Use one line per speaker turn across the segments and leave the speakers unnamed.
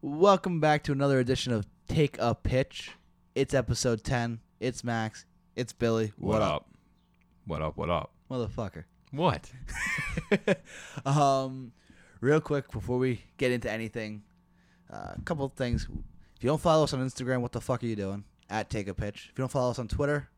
Welcome back to another edition of Take a Pitch. It's episode 10. It's Max. It's Billy.
What up? What up? What up?
Motherfucker.
What?
um, real quick before we get into anything, uh, a couple of things. If you don't follow us on Instagram, what the fuck are you doing? At Take a Pitch. If you don't follow us on Twitter,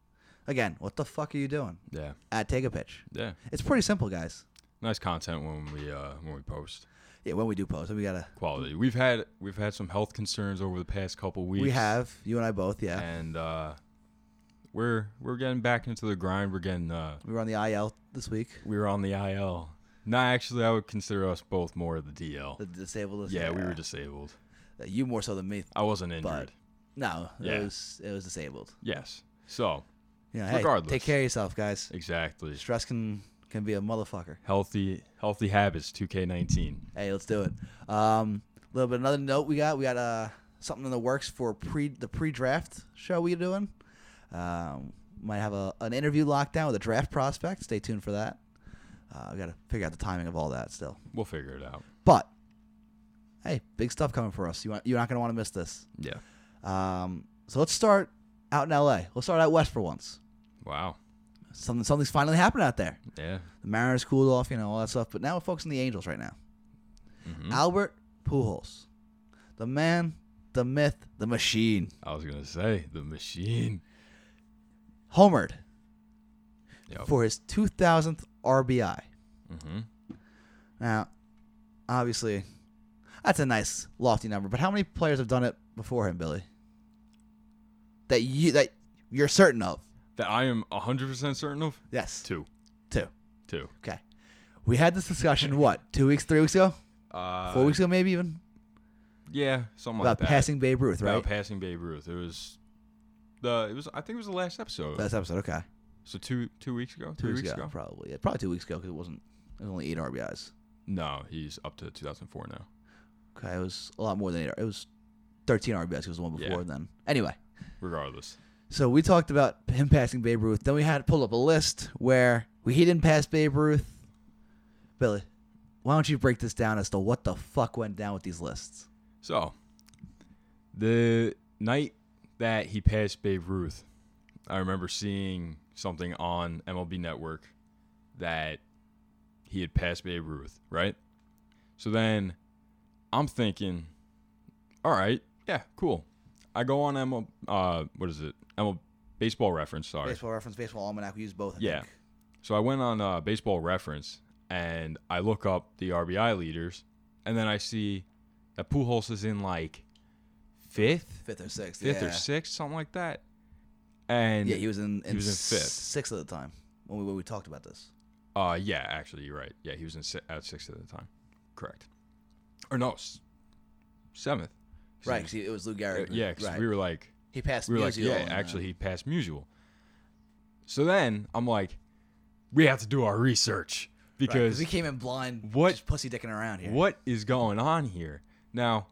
again, what the fuck are you doing?
Yeah,
At Take a Pitch.
yeah.
It's pretty simple, guys.
Nice content when we uh, when we post
Yeah, when we do post, we gotta.
quality. We've had we've had some health concerns over the past couple weeks.
We have you and I both. Yeah,
and uh, we're we're getting back into the grind. We're getting uh,
we were on the IL this week.
we were on the IL. No, actually, I would consider us both more of the DL.
The disabled. is-
yeah, we were disabled.
You more so than me.
I wasn't injured.
But- No,
Yeah.
it was it was disabled.
yes. So
Yeah. Hey,
Regardless.
take care of yourself, guys.
exactly.
Stress can can be a motherfucker.
Healthy healthy habits. 2K19.
Hey, let's do it. A um, little bit. Another note we got. We got uh, something in the works for pre the pre draft show we doing. Um, might have a, an interview locked down with a draft prospect. Stay tuned for that. Uh, we got to figure out the timing of all that still.
We'll figure it out.
But hey, big stuff coming for us. You want, you're not going to want to miss this.
Yeah.
Um, so let's start out in L.A. We'll start out west for once.
Wow.
Something something's finally happened out there.
Yeah.
The Mariners cooled off, you know, all that stuff. But now we're focusing on the Angels right now.
Mhm.
Albert Pujols, the man, the myth, the machine,
I was gonna say the machine.
homered
Yep.
for his 2,000th RBI.
Mm-hmm.
Now, obviously, that's a nice lofty number. But how many players have done it before him, Billy? That you that you're certain of?
That I am hundred percent certain of.
Yes,
Two,
two.
two.
Okay, we had this discussion what two weeks, three weeks ago,
Uh,
four weeks ago, maybe even
Yeah, something
about
like that.
passing Babe Ruth, right?
About passing Babe Ruth. It was the. It was. I think it was the last episode.
Last episode, okay.
so two two weeks ago.
Two
three
weeks, ago, probably. Yeah, probably two weeks ago because it wasn't. It was only eight RBIs.
No, he's up to 2004 now.
Okay, it was a lot more than eight. It was thirteen RBIs. It was the one
Yeah.
before then. Anyway,
Regardless.
so we talked about him passing Babe Ruth. Then we had pulled up a list where we, he didn't pass Babe Ruth. Billy, why don't you break this down as to what the fuck went down with these lists?
So, the night that he passed Babe Ruth, I remember seeing something on MLB Network that he had passed Babe Ruth, right? So then I'm thinking, all right, yeah, cool. I go on ML, uh, what is it? ML Baseball Reference, sorry.
Baseball Reference, Baseball Almanac. We used both. I
Yeah.
think.
So I went on uh, Baseball Reference and I look up the RBI leaders, and then I see that Pujols is in like fifth,
fifth or sixth.
fifth
yeah.
or sixth, something like that. And
Yeah, he was in. in
was in
s-
fifth.
sixth at the time when we, when we talked about this.
uh, yeah, actually, you're right. Yeah, he was in si- at sixth at the time. Correct. Or no, s- seventh. 'Cause he
Right,
was-
because it was Lou
uh,
Gehrig.
yeah, because
right.
we were like,
he passed.
we were like,
Musial
yeah,
and, uh,
actually, he passed Musial. So then I'm like, we have to do our research
right, 'cause
because
we came in blind.
What-
Just pussy dicking around here.
What is going on here? Now,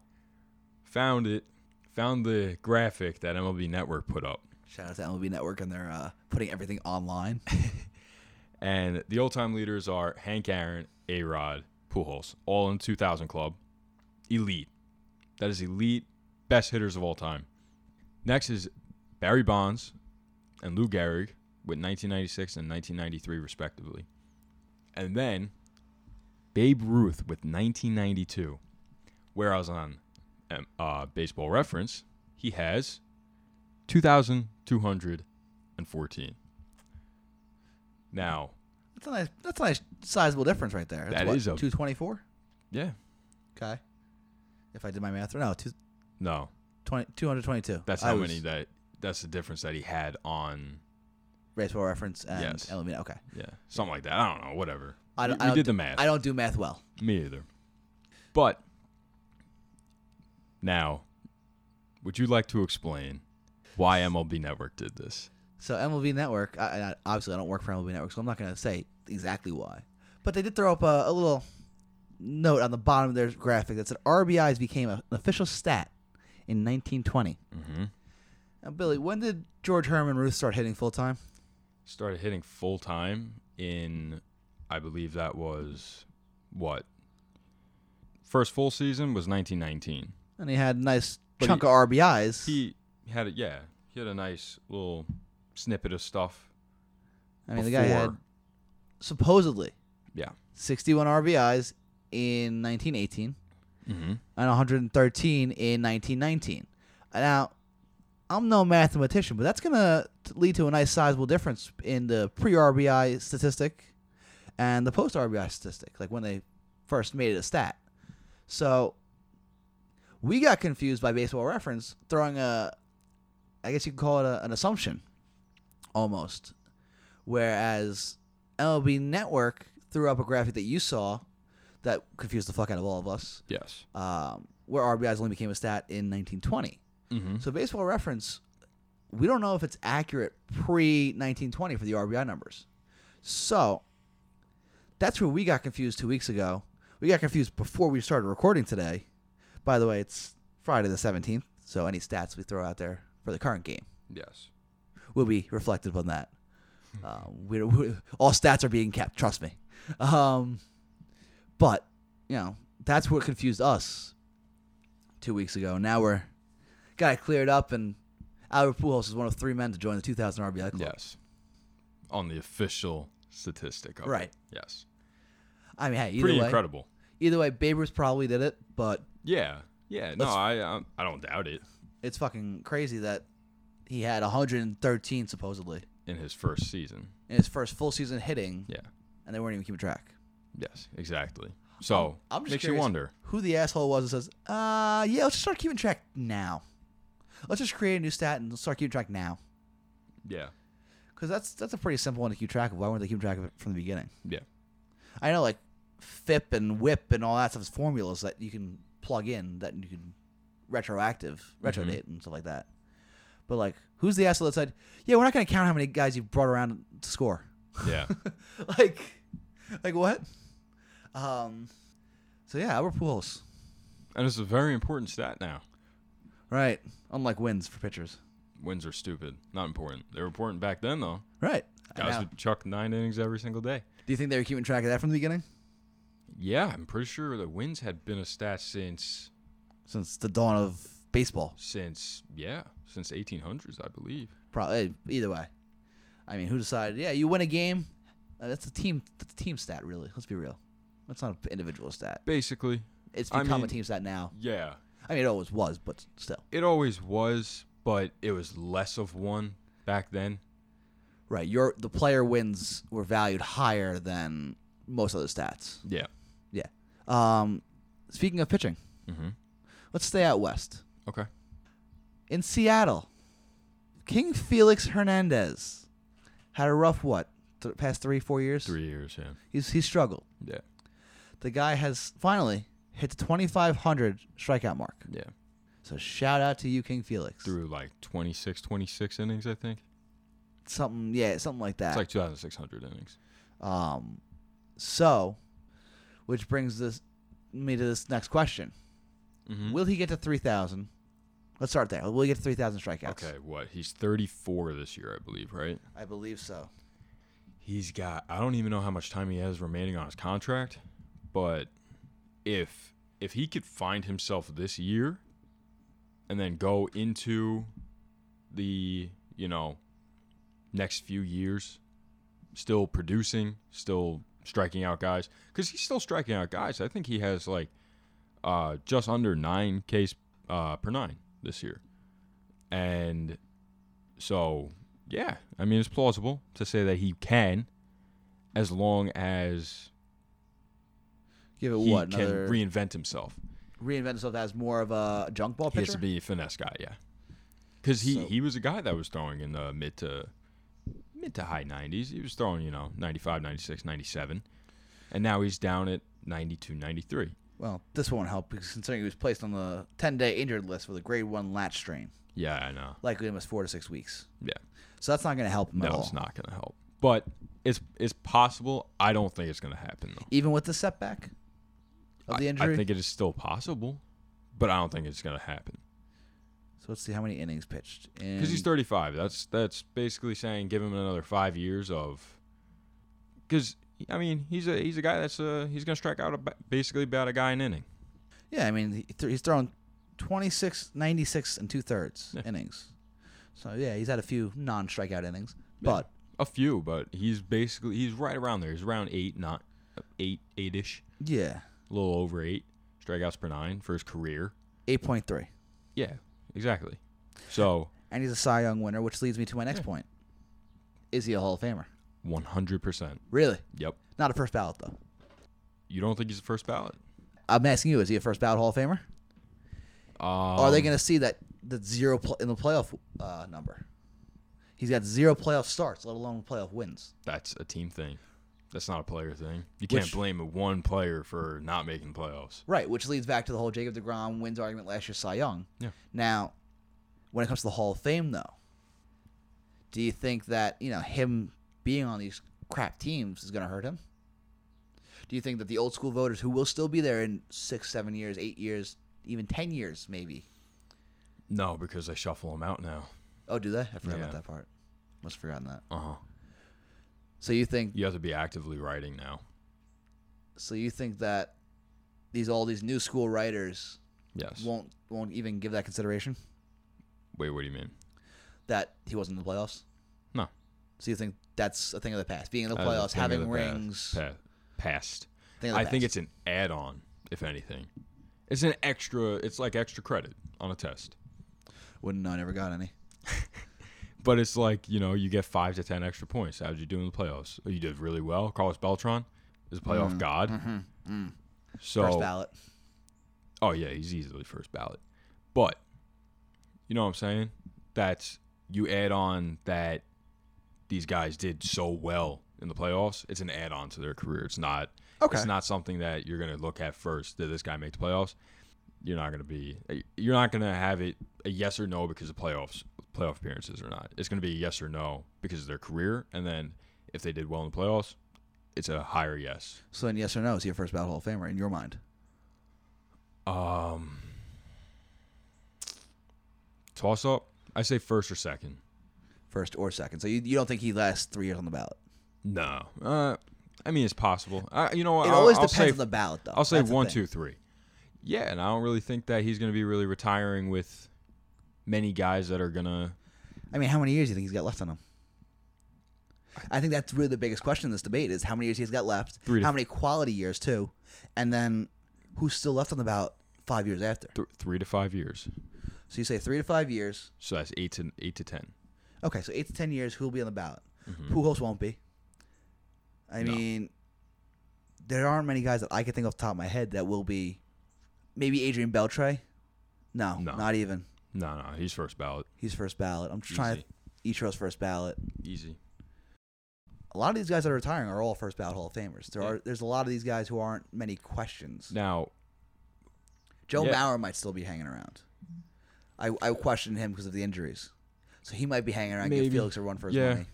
found it, found the graphic that MLB Network put up,
Shout out to MLB Network and they're uh, putting everything online.
and the old time leaders are Hank Aaron, A Rod, Pujols, all in 2000 club, elite. That is elite, best hitters of all time. Next is Barry Bonds and Lou Gehrig with 1996 and 1993 respectively, and then Babe Ruth with 1992. Whereas on um, uh, Baseball Reference, he has 2,214. Now,
That's a nice. That's a nice sizable difference right there. That's
That
what,
is a-
two twenty four.
yeah,
Okay. If I did my math, right no, two,
no,
20, 222.
that's
I
how
was
many that that's the difference that he had on
baseball reference and
Yes.
LME. Okay.
yeah something like that. I don't know, whatever.
I
You-
don't,
you
I don't
did the
do-
math.
I don't do math well.
Me either. But now, would you like to explain why MLB Network did this?
So MLB Network, I, I, obviously I don't work for MLB Network, so I'm not going to say exactly why. But they did throw up a, a little note on the bottom of their graphic that said RBIs became a, an official stat in 1920.
Mm-hmm.
Now, Billy, when did George Herman Ruth start hitting full time?
started hitting full time in I believe that was what first full season was 1919.
and he had a nice
But
chunk
he-
of RBIs.
He had it. Yeah, he had a nice little snippet of stuff.
I mean, the guy had
before-
supposedly
Yeah.
61 RBIs in 1918
Mhm.
and 113 in 1919. Now, I'm no mathematician, but that's going to lead to a nice sizable difference in the pre RBI statistic and the post RBI statistic, like when they first made it a stat. So we got confused by baseball reference throwing a, I guess you could call it a, an assumption almost. Whereas MLB Network threw up a graphic that you saw that confused the fuck out of all of us
Yes.
um, where RBIs only became a stat in 1920.
Mm-hmm.
So baseball reference, we don't know if it's accurate pre 1920 for the RBI numbers. So that's where we got confused two weeks ago. We got confused before we started recording today. By the way, it's Friday the 17th, so any stats we throw out there for the current game
Yes.
will be reflective on that. Uh, we're, we all stats are being kept. Trust me. Um, but you know that's what confused us two weeks ago. Now we're got it cleared up, and Albert Pujols is one of three men to join the 2000 RBI club.
Yes. On the official statistic. Of it.
Right.
Yes.
I mean, hey, either
Pretty
way,
incredible.
either way, Babe Ruth probably did it, but
Yeah. Yeah. No,
Let's-
I um, I don't doubt it.
it's fucking crazy that he had 113 supposedly
In his first season.
in his first full season hitting,
Yeah.
and they weren't even keeping track.
Yes. Exactly. So
I'm just
makes you
curious-
wonder.
who the asshole was that says, uh, yeah, let's just start keeping track now. Let's just create a new stat and start keeping track now.
Yeah.
Because that's that's a pretty simple one to keep track of. Why weren't they keeping track of it from the beginning?
Yeah.
I know, like, FIP and WHIP and all that stuff is formulas that you can plug in that you can retroactive, retrodate and stuff like that. But, like, who's the asshole that said, yeah, we're not going to count how many guys you brought around to score?
Yeah.
like, like what? Um, so, yeah, Albert Pujols.
and it's a very important stat now.
Right. Unlike wins for pitchers.
Wins are stupid. Not important. They were important back then though.
Right.
Guys
Now,
would chuck nine innings every single day.
do you think they were keeping track of that from the beginning?
Yeah, I'm pretty sure the wins had been a stat since
Since the dawn of baseball,
since yeah since 1800s, I believe.
probably. eh, Either way, I mean, who decided? Yeah, you win a game. Uh, that's a team. That's a team stat, really. Let's be real. That's not an individual stat.
Basically,
It's
I
become a
mean-
team stat now.
yeah.
I mean, it always was, but still.
It always was, but it was less of one back then.
Right. Your the player wins were valued higher than most other stats.
Yeah.
Yeah. Um, speaking of pitching,
Mm-hmm.
let's stay out west.
Okay.
in Seattle. King Felix Hernandez had a rough what th- past three four years.
Three years. Yeah.
He's he struggled.
Yeah.
The guy has finally hit the 2,500 strikeout mark.
Yeah.
So shout out to you, King Felix.
Through like 26, 26 innings, I think.
Something yeah, something like that.
It's like 2,600 innings.
um, so, which brings this me to this next question:
Mm-hmm.
Will he get to 3,000? Let's start there. Will he get to 3,000 strikeouts?
Okay. What? He's 34 this year, I believe, right?
I believe so.
He's got, I don't even know how much time he has remaining on his contract, but if if he could find himself this year and then go into the, you know, next few years still producing, still striking out guys cuz he's still striking out guys. I think he has like uh just under 9 Ks uh per 9 this year. And so, yeah, I mean it's plausible to say that he can as long as
Give it
he
what
can
another
reinvent himself.
reinvent himself as more of a junk ball
He
pitcher.
has to be a finesse guy, yeah. Because he,
So-
he was a guy that was throwing in the mid to mid to high 90s. He was throwing, you know, 95, 96, 97. And now he's down at 92, 93.
Well, this won't help because considering he was placed on the 10 day injured list with a grade one latch strain,
Yeah, I know.
likely to miss four to six weeks.
Yeah.
So that's not going to help him at
No,
all.
it's not going to help. But it's it's possible. I don't think it's going to happen, though.
Even with the setback of the
I-
injury.
I think it is still possible, but I don't think it's going to happen.
so let's see how many innings pitched.
Because he's
And
35. That's that's basically saying give him another five years of. Because I mean, he's a he's a guy that's uh he's gonna strike out a, ba- basically about a guy an inning.
yeah, I mean, he th- he's thrown 26, 96 and two thirds innings. So yeah, he's had a few non-strikeout innings, but
A few, but he's basically he's right around there. He's around eight, not eight, eight ish,
yeah,
a little over eight strikeouts per nine for his career.
eight point three,
Yeah, exactly. So
and he's a Cy Young winner, which leads me to my next point: Is he a Hall of Famer?
one hundred percent.
Really?
Yep.
Not a first ballot though.
You don't think he's the first ballot?
I'm asking you: Is he a first ballot Hall of Famer?
Um,
Are they going to see that that zero pl- in the playoff uh, number? He's got zero playoff starts, let alone playoff wins.
Um, That's a team thing. That's not a player thing. You can't
Which-
blame one player for not making playoffs.
Right, which leads back to the whole Jacob DeGrom wins argument last year, Cy Young.
Yeah.
Now, when it comes to the Hall of Fame, though, do you think that you know him being on these crap teams is going to hurt him? Do you think that the old school voters who will still be there in six, seven years, eight years, even ten years, maybe?
No, because they shuffle them out now.
Oh, do they? I forgot
Yeah.
about that part. Must have forgotten that.
Uh huh.
So you think
You have to be actively writing now.
So you think that these all these new school writers
Yes.
won't won't even give that consideration
Wait, what do you mean?
that he wasn't in the playoffs?
No.
So you think that's a thing of the past, being in the
That is a
playoffs,
thing of
having
the past-
rings.
pa- Past.
Thing of the
I think
past.
it's an add-on, if anything. It's an extra. It's like extra credit on a test.
Wouldn't know. I never got any.
But it's like you know, you get five to ten extra points. How did you do in the playoffs? Oh, You did really well. Carlos Beltran is a playoff god. Mm-hmm. Mm. So
First ballot.
Oh yeah, he's easily first ballot. But you know what I'm saying? That's you add on that these guys did so well in the playoffs. It's an add on to their career. It's not
Okay.
it's not something that you're gonna look at first. Did this guy make the playoffs? You're not gonna be you're not gonna have it a yes or no because of playoffs playoff appearances or not. It's gonna be a yes or no because of their career and then if they did well in the playoffs, it's a higher yes.
So then, yes or no? Is he a first ballot Hall of Famer in your mind?
Um, toss up. I say first or second.
First or second? So you, you don't think he lasts three years on the ballot?
No. Uh, I mean it's possible. I, you know what?
It
I'll,
always
I'll
depends
say,
on the ballot, though.
I'll say
That's the
one,
thing.
two, three. Yeah, and I don't really think that he's going to be really retiring with many guys that are gonna.
I mean, how many years do you think he's got left on him? I think that's really the biggest question in this debate is how many years he's got left,
Three to-
how many quality years too, and then who's still left on the ballot five years after.
Th- three to five years.
So you say three to five years.
So that's eight to eight to ten.
Okay, so eight to ten years, who'll be on the ballot? Pujols won't be. I
Mm-hmm. No.
mean, there aren't many guys that I can think off the top of my head that will be. Maybe Adrian Beltre. No,
No.
not even.
No, no, he's first ballot.
He's first ballot. I'm just trying to Ichiro's first ballot.
Easy.
a lot of these guys that are retiring are all first ballot Hall of Famers. There
Yeah.
are there's a lot of these guys who aren't many questions.
Now,
Joe
Yeah.
Mauer might still be hanging around. I I questioned him because of the injuries, so he might be hanging around. Give
Maybe.
Felix a run for his
Yeah.
money,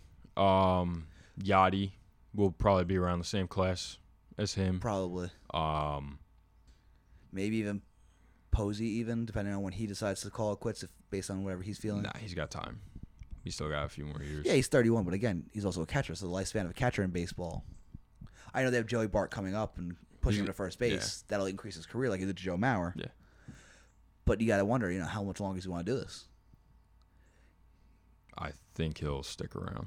um, Yachty will probably be around the same class as him.
probably.
Um,
Maybe even Posey, even depending on when he decides to call it quits, if based on whatever he's feeling.
Nah, he's got time. He's still got a few more years.
Yeah, he's 31, but again, he's also a catcher, so the lifespan of a catcher in baseball. I know they have Joey Bart coming up and pushing
He's-
him to first base. That'll increase his career, like he did to Joe Mauer.
Yeah.
But you got to wonder, you know, how much longer does he want to do this?
I think he'll stick around.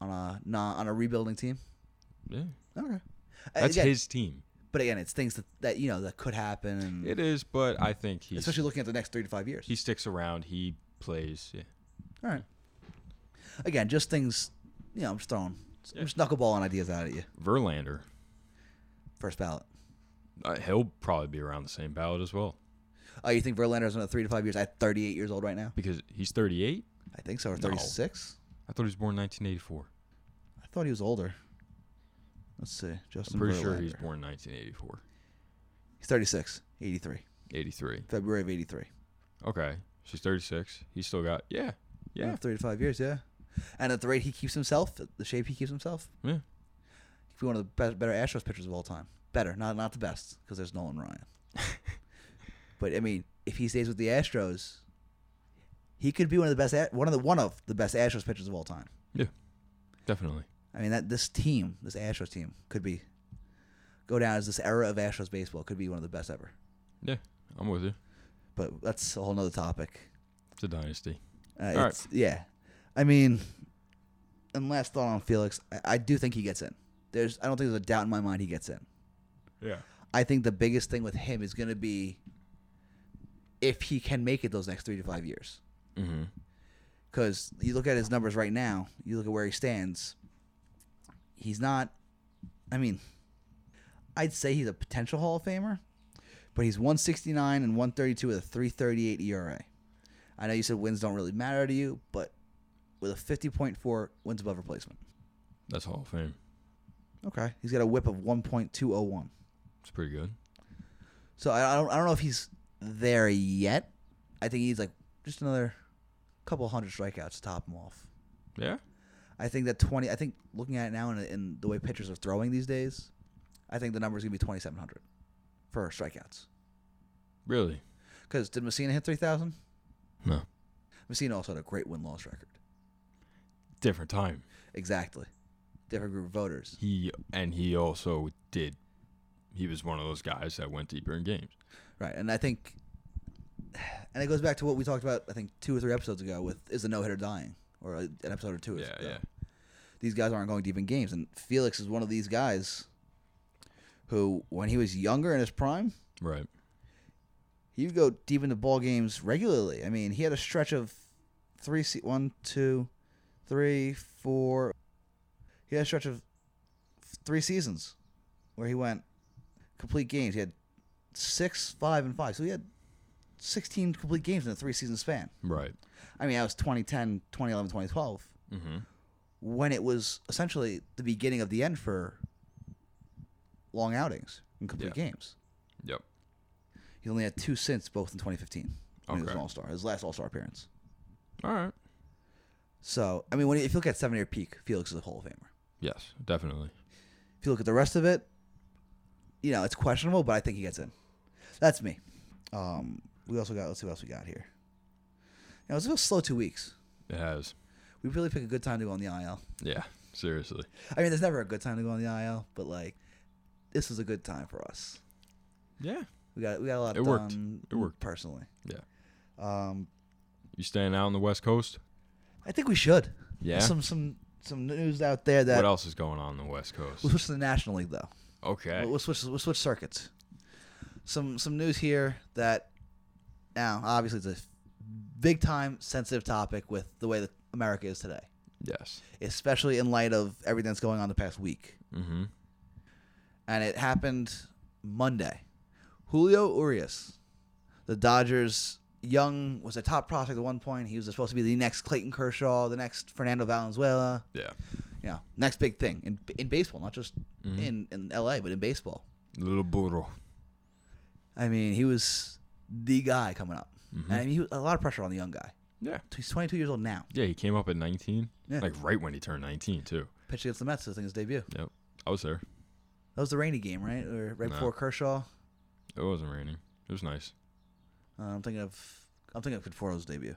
on a non, on a rebuilding team.
Yeah.
Okay,
That's
again,
his team.
But again, it's things that, that you know that could happen, and
It is, but I think he's,
especially looking at the next three to five years.
he sticks around. He plays. Yeah.
All right. Again, just things. You know, I'm just throwing,
Yeah.
I'm just knuckleballing ideas out at you.
Verlander,
First ballot.
uh, he'll probably be around the same ballot as well
Oh, you think Verlander's another three to five years at 38 years old right now?
because he's 38.
I think so, or
No.
36.
I thought he was born 1984.
I thought he was older. Let's see, Justin.
I'm pretty
Verlander.
sure he's born 1984,
He's 36, 83,
83.
February of 83.
Okay, she's 36. He's still got yeah, yeah,
three to five years, yeah. And at the rate he keeps himself, the shape he keeps himself,
yeah.
He'd be one of the best, better Astros pitchers of all time. Better, not not the best, because there's Nolan Ryan. but I mean, if he stays with the Astros, he could be one of the best, A- one of the one of the best Astros pitchers of all time.
Definitely.
I mean, that this team, this Astros team, could be go down as this era of Astros baseball could be one of the best ever.
Yeah, I'm with you.
but that's a whole nother topic.
It's a dynasty.
Uh,
right.
it's, Yeah, I mean, and last thought on Felix, I, I do think he gets in. There's, I don't think there's a doubt in my mind he gets in.
Yeah.
I think the biggest thing with him is going to be if he can make it those next three to five years.
Mm-hmm.
Because you look at his numbers right now, you look at where he stands. He's not. I mean, I'd say he's a potential Hall of Famer, but he's 169 and 132 with a 338 ERA. I know you said wins don't really matter to you, but with a 50.4 wins above replacement.
That's Hall of Fame.
Okay. He's got a whip of 1.201.
It's pretty good.
So I, I don't I don't know if he's there yet. I think he's like just another couple hundred strikeouts to top him off.
Yeah.
I think that twenty. I think looking at it now and in, the way pitchers are throwing these days, I think the number is gonna be twenty seven hundred for strikeouts.
Really?
Because did Messina hit three thousand?
No.
Messina also had a great win loss record.
Different time.
Exactly, different group of voters.
He and he also did. He was one of those guys that went deeper in games.
Right, and I think, and it goes back to what we talked about. I think two or three episodes ago with is the no hitter dying or an episode or two.
Yeah,
ago.
yeah.
these guys aren't going deep in games. And Felix is one of these guys who, when he was younger in his prime,
Right.
he would go deep into ball games regularly. I mean, he had a stretch of three, se- one, two, three, four. He had a stretch of three seasons where he went complete games. He had six, five, and five. So he had 16 complete games in a three season span.
Right.
I mean, that was 2010, 2011, 2012.
Mm-hmm.
when it was essentially the beginning of the end for long outings and complete
Yeah.
games.
Yep.
He only had two since both in 2015. When He was an
Okay.
All Star, his last All Star appearance.
All right.
So, I mean, when you, if you look at seven year peak, Felix is a Hall of Famer.
Yes, definitely.
If you look at the rest of it, you know, it's questionable, but I think he gets in. That's me. Um, we also got, let's see what else we got here. Now, it's a little slow two weeks.
It has.
We really pick a good time to go on the IL.
Yeah. Seriously.
I mean, there's never a good time to go on the IL, but like, this was a good time for us.
Yeah.
We got we got a lot
It
done.
worked. It worked.
personally.
Yeah.
Um,
You staying out on the West Coast?
I think we should.
Yeah.
Some some some news out there that
what
we'll
else is going on in the West Coast?
switch to the National League though.
Okay.
We'll, we'll switch we'll switch circuits. Some some news here that now obviously it's a big time sensitive topic with the way that America is today,
Yes.
especially in light of everything that's going on the past week.
Mm-hmm.
and it happened Monday. Julio Urias, the Dodgers' young, was a top prospect at one point. He was supposed to be the next Clayton Kershaw, the next Fernando Valenzuela,
Yeah.
you know, next big thing in in baseball, not just
Mhm.
in in LA, but in baseball.
Little burro.
I mean, he was the guy coming up,
Mhm.
and I mean, he was a lot of pressure on the young guy.
Yeah.
He's 22 years old now.
Yeah, he came up at 19.
Yeah.
Like right when he turned 19, too.
Pitched against the Mets, I think his debut.
Yep. I was there.
That was the rainy game, right? Or right
No.
before Kershaw.
It wasn't raining. It was nice.
Uh, I'm thinking of I'm thinking of Conforto's debut.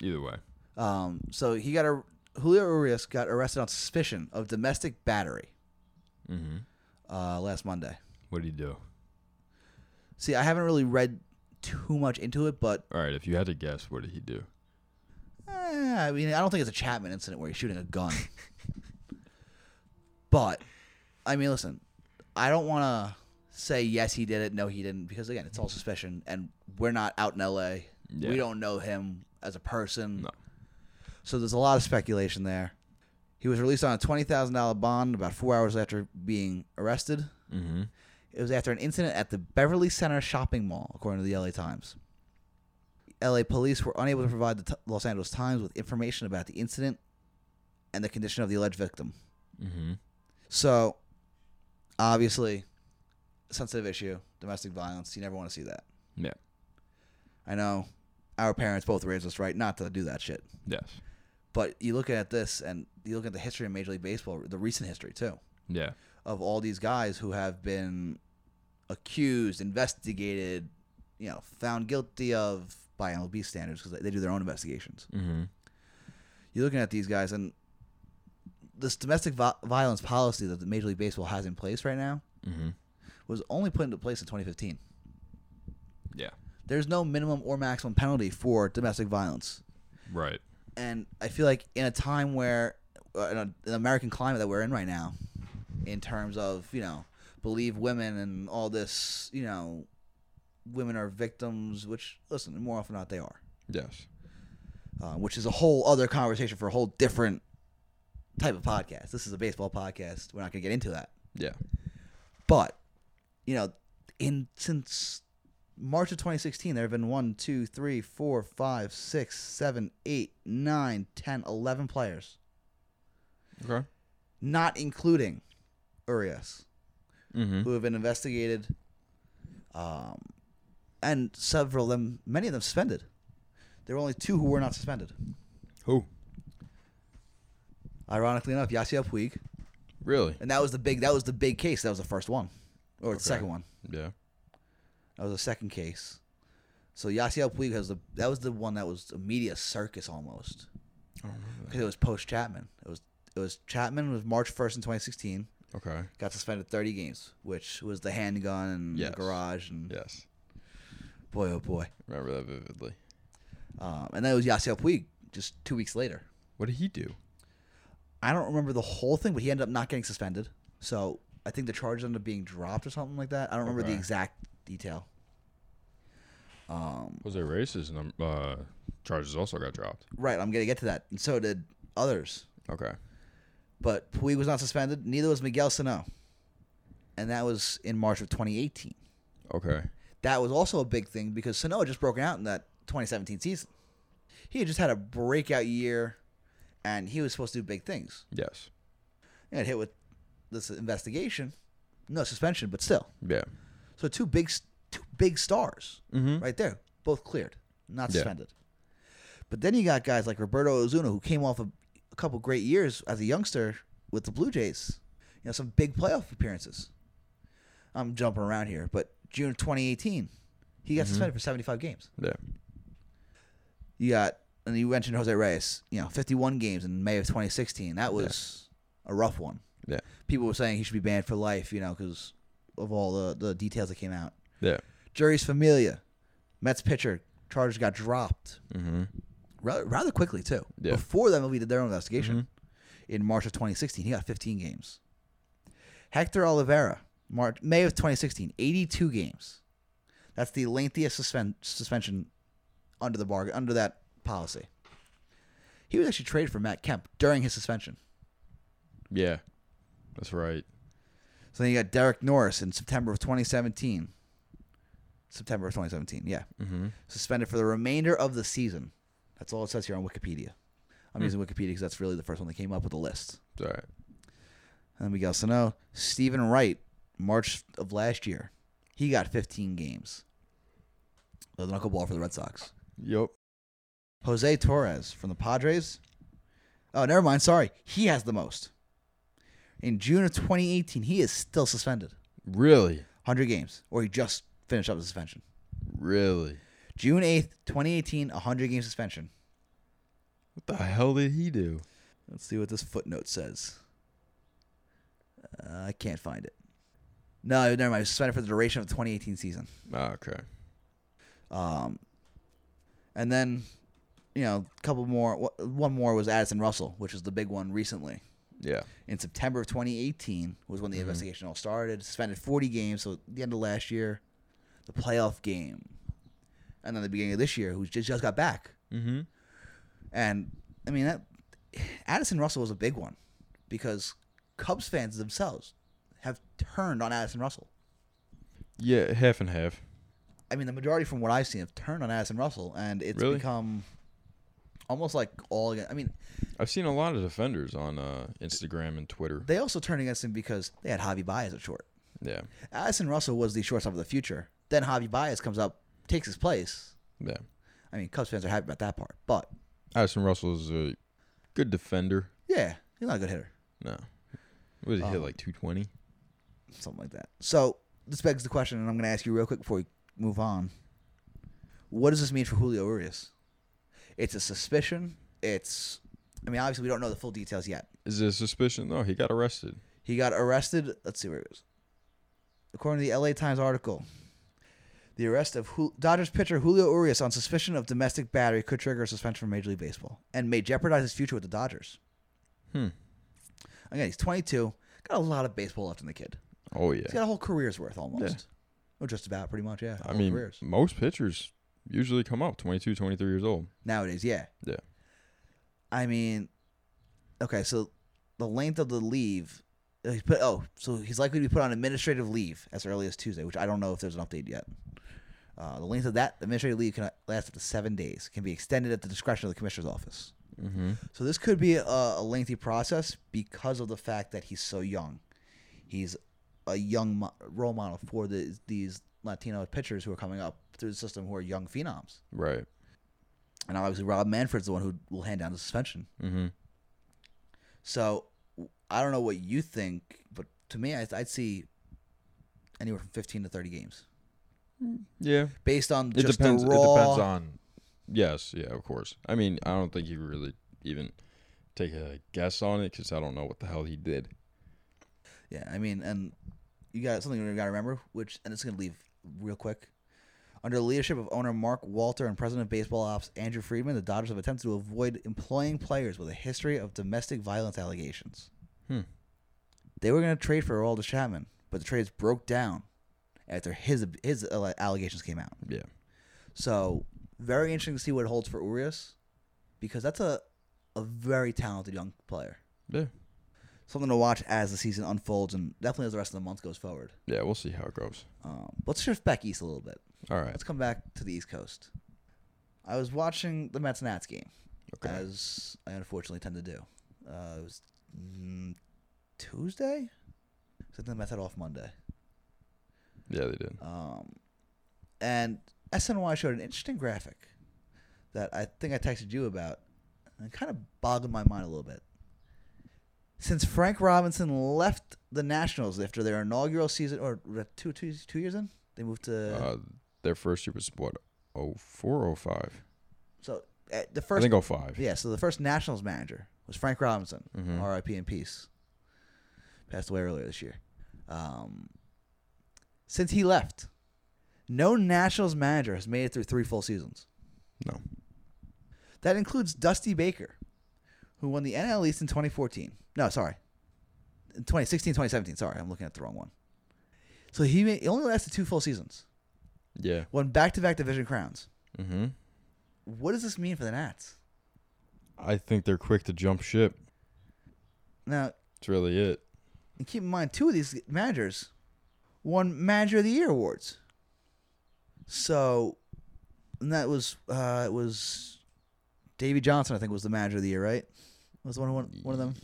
Either way.
Um, so he got a Julio Urias got arrested on suspicion of domestic battery
Mm-hmm.
uh, last Monday.
What did he do?
See, I haven't really read too much into it, but
All right. If you had to guess, what did he do?
eh, I mean, I don't think it's a Chapman incident where he's shooting a gun. but I mean, listen, I don't want to say yes he did it, no he didn't, because again, it's all suspicion, and we're not out in L.A.
Yeah.
We don't know him as a person.
No.
So there's a lot of speculation there. He was released on a twenty thousand dollar bond about four hours after being arrested.
Mm-hmm.
It was after an incident at the Beverly Center shopping mall, according to the LA Times. LA police were unable to provide the t- Los Angeles Times with information about the incident and the condition of the alleged victim.
Mm-hmm.
So, obviously, sensitive issue, domestic violence. You never want to see that.
Yeah.
I know our parents both raised us right not to do that shit.
Yes.
But you look at this and you look at the history of Major League Baseball, the recent history too,
Yeah.
of all these guys who have been accused, investigated, you know, found guilty of by MLB standards because they do their own investigations.
Mm-hmm.
You're looking at these guys and this domestic vi- violence policy that the Major League Baseball has in place right now
Mm-hmm.
was only put into place in 2015.
Yeah.
there's no minimum or maximum penalty for domestic violence.
Right.
and I feel like in a time where uh, in a, an American climate that we're in right now, in terms of you know believe women and all this, you know, women are victims. Which listen, more often than not they are,
Yes.
uh, which is a whole other conversation for a whole different type of podcast. This is a baseball podcast. We're not going to get into that,
Yeah.
but you know, in since. March of 2016, there have been 1, 2, 3, 4, 5, 6, 7, 8, 9, 10, 11 players
Okay.
not including Urias,
Mm-hmm.
who have been investigated, um, and several of them, many of them suspended. There were only two who were not suspended.
Who?
Ironically enough, Yasiel Puig,
Really?
and that was the big that was the big case. That was the first one, or the
Okay.
second one.
Yeah.
That was the second case. So Yasiel Puig has the that was the one that was a media circus almost
I don't remember
because it was post Chapman. It was it was Chapman was March first in 2016.
that. Okay.
Got suspended 30 games, which was the handgun and
Yes.
the garage and
Yes.
boy oh boy.
Remember that vividly.
Um, and then it was Yasiel Puig just two weeks later.
What did he do?
I don't remember the whole thing, but he ended up not getting suspended. So I think the charges ended up being dropped or something like that. I don't remember
Okay.
the exact detail. Um,
Jose Race's num- uh, charges also got dropped.
right, I'm gonna get to that, and so did others.
Okay.
But Puig was not suspended. Neither was Miguel Sano, and that was in March of 2018.
Okay.
That was also a big thing because Sano had just broken out in that 2017 season. He had just had a breakout year, and he was supposed to do big things.
Yes.
and hit with this investigation, no suspension, but still.
Yeah.
So two big, two big stars
Mm-hmm.
right there, both cleared, not
Yeah.
suspended. But then you got guys like Roberto Ozuna, who came off a, a couple great years as a youngster with the Blue Jays. You know, some big playoff appearances. I'm jumping around here, but June 2018, he got suspended for 75 games.
Yeah.
You got, and you mentioned Jose Reyes. You know, 51 games in May of 2016. That was a rough one.
Yeah.
people were saying he should be banned for life, you know, because of all the, the details that came out.
Yeah.
Jury's Familia, Mets pitcher, charges got dropped
Mm-hmm.
rather, rather quickly, too.
Yeah. Mm-hmm.
Before the MLB did their own investigation in March of 2016, he got 15 games. Hector Oliveira, March, May of 2016, 82 games. That's the lengthiest suspend, suspension under the bargain under that policy. He was actually traded for Matt Kemp during his suspension.
Yeah. That's right.
So then you got Derek Norris in September of 2017. September of 2017, yeah.
Mm-hmm.
Suspended for the remainder of the season. That's all it says here on Wikipedia. I'm
Hmm.
using Wikipedia because that's really the first one that came up with the list.
It's all right.
And then Miguel Sano, Stephen Wright, March of last year. He got 15 games. That was an knuckleball for the Red Sox.
Yep.
Jose Torres from the Padres. Oh, never mind. Sorry. He has the most. In June of 2018, he is still suspended.
Really?
100 games, or he just finished up his suspension.
Really?
June 8th, 2018, 100 game suspension.
What the hell did he do?
Let's see what this footnote says. Uh, I can't find it. No, never mind. He was suspended for the duration of the 2018 season.
Ah, okay.
Um, and then, you know, a couple more. wh- One more was Addison Russell, which is the big one recently.
Yeah.
In September of 2018 was when the investigation all started. Suspended 40 games, so the end of last year, the playoff game, and then the beginning of this year, who just, just got back.
Mm-hmm.
And I mean that Addison Russell was a big one because Cubs fans themselves have turned on Addison Russell.
Yeah, half and half.
I mean the majority from what I've seen have turned on Addison Russell and it's
Really?
become almost like all I mean
I've seen a lot of defenders on uh, Instagram and Twitter.
they also turned against him because they had Javi Baez at short.
Yeah.
Addison Russell was the shortstop of the future. Then Javi Baez comes up, takes his place.
Yeah.
I mean Cubs fans are happy about that part. But
Addison Russell is a good defender.
yeah, he's not a good hitter.
No. What did he hit
Um,
like 220?
something like that. So this begs the question, and I'm going to ask you real quick before we move on. What does this mean for Julio Urias? It's a suspicion. It's, I mean, obviously we don't know the full details yet.
Is it a suspicion? No, he got arrested.
He got arrested. Let's see where it was. According to the LA Times article, The arrest of Jul- Dodgers pitcher Julio Urias on suspicion of domestic battery could trigger a suspension from Major League Baseball and may jeopardize his future with the Dodgers.
Hmm.
Again, he's 22. Got a lot of baseball left in the kid.
Oh
He's
yeah.
got a whole career's worth almost. Or just about, pretty much, yeah.
I
whole
mean,
careers.
most pitchers usually come up 22, 23 years old.
Nowadays, yeah.
Yeah.
I mean, okay, so the length of the leave. uh, He's put, oh, so he's likely to be put on administrative leave as early as Tuesday, which I don't know if there's an update yet. Uh, the length of that administrative leave can last up to seven days, can be extended at the discretion of the commissioner's office.
Mm-hmm.
So this could be a, a lengthy process because of the fact that he's so young. He's a young mo- role model for the, these Latino pitchers who are coming up through the system who are young phenoms.
Right.
And obviously, Rob Manfred's the one who will hand down the suspension.
Mm-hmm.
So I don't know what you think, but to me, I, I'd see anywhere from 15 to 30 games
Yeah.
based on
It
just
depends.
the
It
raw.
depends on. Yes. Yeah. Of course. I mean, I don't think you really even take a guess on it because I don't know what the hell he did.
Yeah, I mean, and you got something you got to remember, which and it's going to leave real quick. Under the leadership of owner Mark Walter and president of baseball ops Andrew Friedman, the Dodgers have attempted to avoid employing players with a history of domestic violence allegations.
Hmm.
They were going to trade for Aroldis Chapman, but the trades broke down after his his alle- allegations came out.
Yeah.
So very interesting to see what it holds for Urias, because that's a a very talented young player.
Yeah.
Something to watch as the season unfolds, and definitely as the rest of the month goes forward.
Yeah. We'll see how it goes.
Um, let's shift back east a little bit.
All right.
Let's come back to the East Coast. I was watching the Mets Nats game,
Okay.
as I unfortunately tend to do. Uh, it was mm, Tuesday. I think the Mets had off Monday.
Yeah, they did.
Um, and SNY showed an interesting graphic that I think I texted you about and it kind of boggled my mind a little bit. Since Frank Robinson left the Nationals after their inaugural season, or was that two, two, two years in, they moved to.
Uh, their first year was what? Oh four, oh five.
so uh, the
I
first.
think oh five.
Yeah, Uh, so the first Nationals manager was Frank Robinson,
Mhm.
RIP in peace. Passed away earlier this year. Um, since he left, no Nationals manager has made it through three full seasons.
No.
That includes Dusty Baker, who won the NL East in 2014. No, sorry. In 2016, 2017. Sorry, I'm looking at the wrong one. So he, ma- he only lasted two full seasons,
Yeah.
won back to back division crowns.
Mm-hmm.
What does this mean for the Nats?
I think they're quick to jump ship.
Now,
That's really it.
And keep in mind, two of these managers won Manager of the Year awards. So, and that was uh, it was Davey Johnson, I think, was the Manager of the Year, right? Was the one who won, one of them?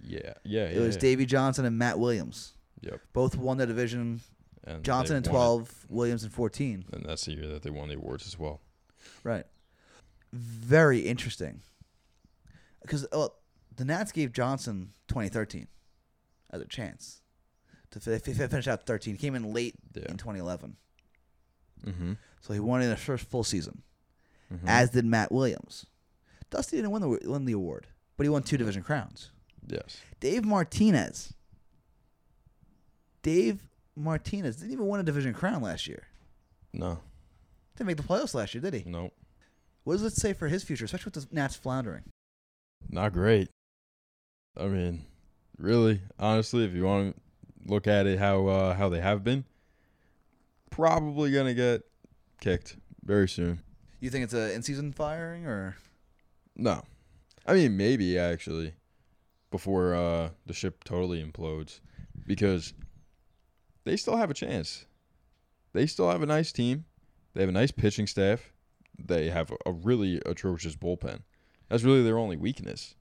Yeah. Yeah.
It was
yeah.
Davey Johnson and Matt Williams.
Yep.
Both won the division.
And
Johnson
they
in
won it.
twelve, Williams in fourteen.
And that's the year that they won the awards as well.
Right. Very interesting. Because oh, the Nats gave Johnson 2013 as a chance to fi- fi- fi- finish out 13. He came in late
Yeah.
in 2011.
Mm-hmm.
So he won in the first full season,
Hmm.
as did Matt Williams. Dusty didn't win the win the award, but he won two division crowns.
yes.
Dave Martinez. Dave Martinez didn't even win a division crown last year.
No.
Didn't make the playoffs last year, did he?
Nope.
What does it say for his future, especially with the Nats floundering?
Not great. I mean, really, honestly, if you want to look at it how uh, how they have been, probably gonna get kicked very soon.
You think it's a in season firing or
No. I mean maybe actually before uh the ship totally implodes because they still have a chance. They still have a nice team. They have a nice pitching staff. They have a really atrocious bullpen. That's really their only weakness.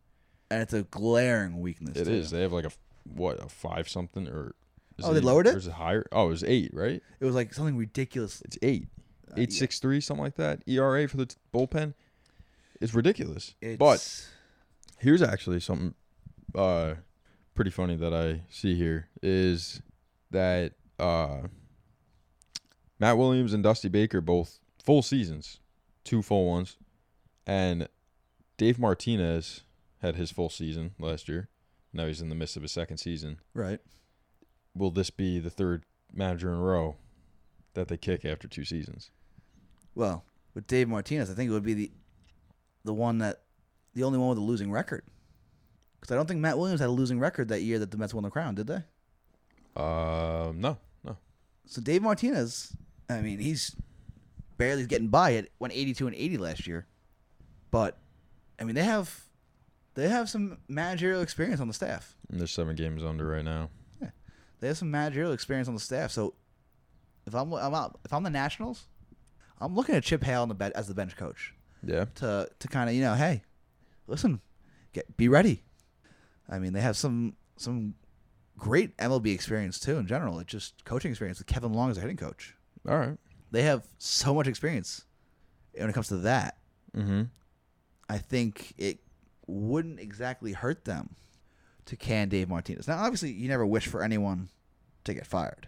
and it's a glaring weakness.
It
too.
is. They have like a f- what, a 5 something or is
Oh, they lowered it?
or is it higher? Oh, it was 8, right?
It was like something ridiculous.
It's 8.
Uh,
863 something like that. ERA for the t- bullpen. It's ridiculous.
It's,
but Here's actually something uh, pretty funny that I see here is that uh, Matt Williams and Dusty Baker both full seasons, two full ones, and Dave Martinez had his full season last year. Now he's in the midst of his second season.
right.
Will this be the third manager in a row that they kick after two seasons.
Well, with Dave Martinez, I think it would be the the one that the only one with a losing record. Because I don't think Matt Williams had a losing record that year that the Mets won the crown, did they?
Um, no, no.
So Dave Martinez, I mean, he's barely getting by it. Went eighty-two and eighty last year, but I mean, they have they have some managerial experience on the staff.
And they're seven games under right now.
They have some managerial experience on the staff. So if I'm I'm out, if I'm the Nationals, I'm looking at Chip Hale on the be- as the bench coach.
Yeah.
to to kind of you know, hey, listen, get be ready. I mean, they have some some great MLB experience too in general. It's just coaching experience with Kevin Long as a hitting coach.
All right.
They have so much experience when it comes to that.
Mm-hmm.
I think it wouldn't exactly hurt them to can Dave Martinez. Now, obviously, you never wish for anyone to get fired.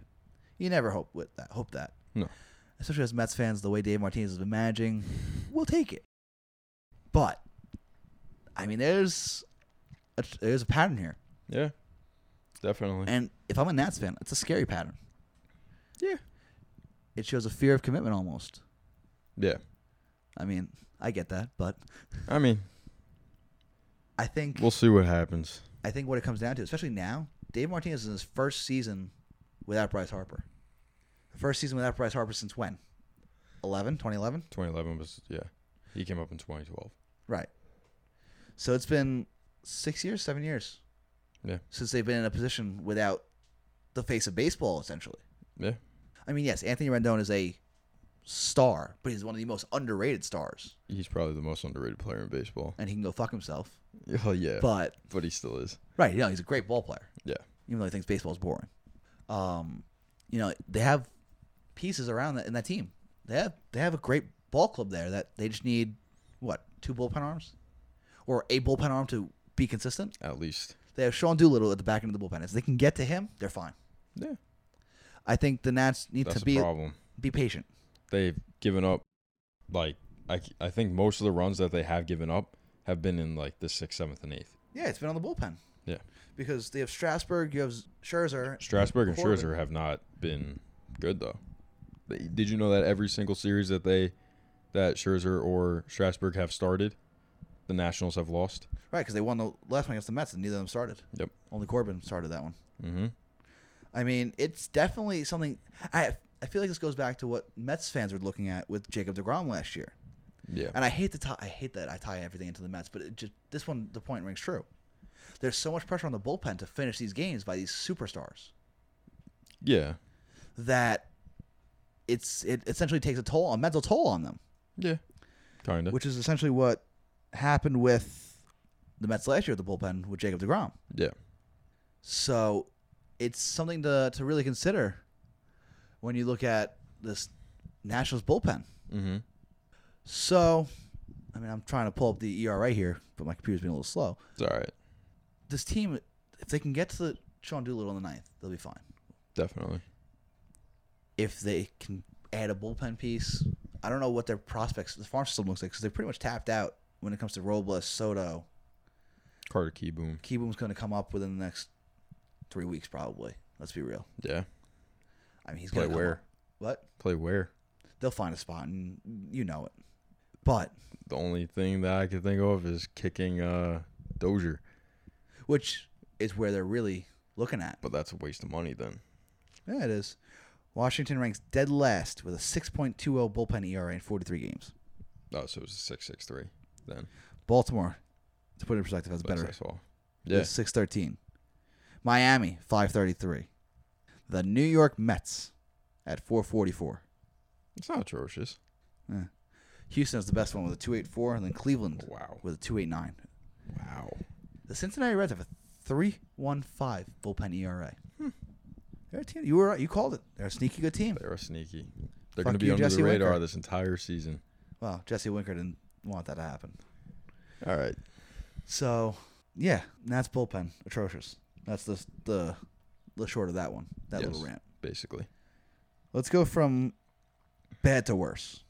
You never hope with that. Hope that.
No.
Especially as Mets fans, the way Dave Martinez has been managing, we'll take it. But, I mean, there's a, there's a pattern here,
Yeah. Definitely.
and if I'm a Nats fan, it's a scary pattern.
yeah.
It shows a fear of commitment almost.
Yeah.
I mean, I get that, but
I mean,
I think
we'll see what happens.
I think what it comes down to, especially now, Dave Martinez is in his first season without Bryce Harper. The first season without Bryce Harper since when? 11, 2011?
2011 was yeah. He came up in 2012.
Right. So it's been six years, seven years
Yeah.
since they've been in a position without the face of baseball, essentially.
Yeah.
I mean, yes, Anthony Rendon is a star, but he's one of the most underrated stars,
He's probably the most underrated player in baseball.
and he can go fuck himself.
Oh yeah.
But,
but he still is.
right, you know, he's a great ball player.
Yeah.
even though he thinks baseball is boring. Um, you know, they have pieces around that in that team. They have they have a great ball club there that they just need what two bullpen arms or a bullpen arm to be consistent.
At least.
They have Sean Doolittle at the back end of the bullpen. If they can get to him, they're fine.
Yeah.
I think the Nats need
That's
to
a
be
problem.
be patient.
They've given up. Like I, I think most of the runs that they have given up have been in like the sixth, seventh, and eighth.
Yeah, it's been on the bullpen
Yeah.
because they have Strasburg, you have Scherzer.
Strasburg and
Corbin.
Scherzer have not been good though. They, did you know that every single series that they that Scherzer or Strasburg have started, the Nationals have lost.
Right, because they won the last one against the Mets, and neither of them started.
Yep.
Only Corbin started that one.
Mm-hmm.
I mean, it's definitely something. I I feel like this goes back to what Mets fans were looking at with Jacob Degrom last year,
Yeah.
and I hate to tie, I hate that I tie everything into the Mets, but it just this one the point rings true. There's so much pressure on the bullpen to finish these games by these superstars
Yeah.
that it's it essentially takes a toll, a mental toll on them,
Yeah. Kinda.
which is essentially what happened with the Mets last year with the bullpen with Jacob Degrom.
yeah.
So it's something to, to really consider when you look at this Nationals bullpen.
Mm-hmm.
So, I mean, I'm trying to pull up the ERA here, but my computer's being a little slow.
It's all right.
This team, if they can get to the Sean Doolittle in the ninth, they'll be fine.
Definitely.
If they can add a bullpen piece, I don't know what their prospects, the farm system looks like, because they're pretty much tapped out when it comes to Robles, Soto.
Carter Keyboom.
Keyboom's going to come up within the next three weeks, probably. Let's be real.
Yeah.
I mean, he's
Play
going to
where?
What?
Play where?
they'll find a spot and you know it. But
The only thing that I can think of is kicking uh Dozier,
which is where they're really looking at.
but that's a waste of money then.
Yeah, it is. Washington ranks dead last with a 6.20 bullpen ERA in 43 games.
Oh, so it was a six six three then.
Baltimore, to put it in perspective, has
That's
better.
I saw.
Yeah.
Yeah.
613. Miami, 533. The New York Mets at 444.
It's not atrocious.
Houston is the best one with a 284, and then Cleveland
Wow.
with a 289.
Wow.
The Cincinnati Reds have a 3.15 bullpen ERA. They're a team. You were right. You called it. They're a sneaky good team.
They're sneaky. They're
Fuck
going to be
you,
under
Jesse
the radar
Winker.
this entire season.
Well, Jesse Winker didn't want that to happen.
All right.
So, yeah, Nats bullpen atrocious. That's the the the short of that one. That little
Yes.
rant.
Basically.
Let's go from bad to worse.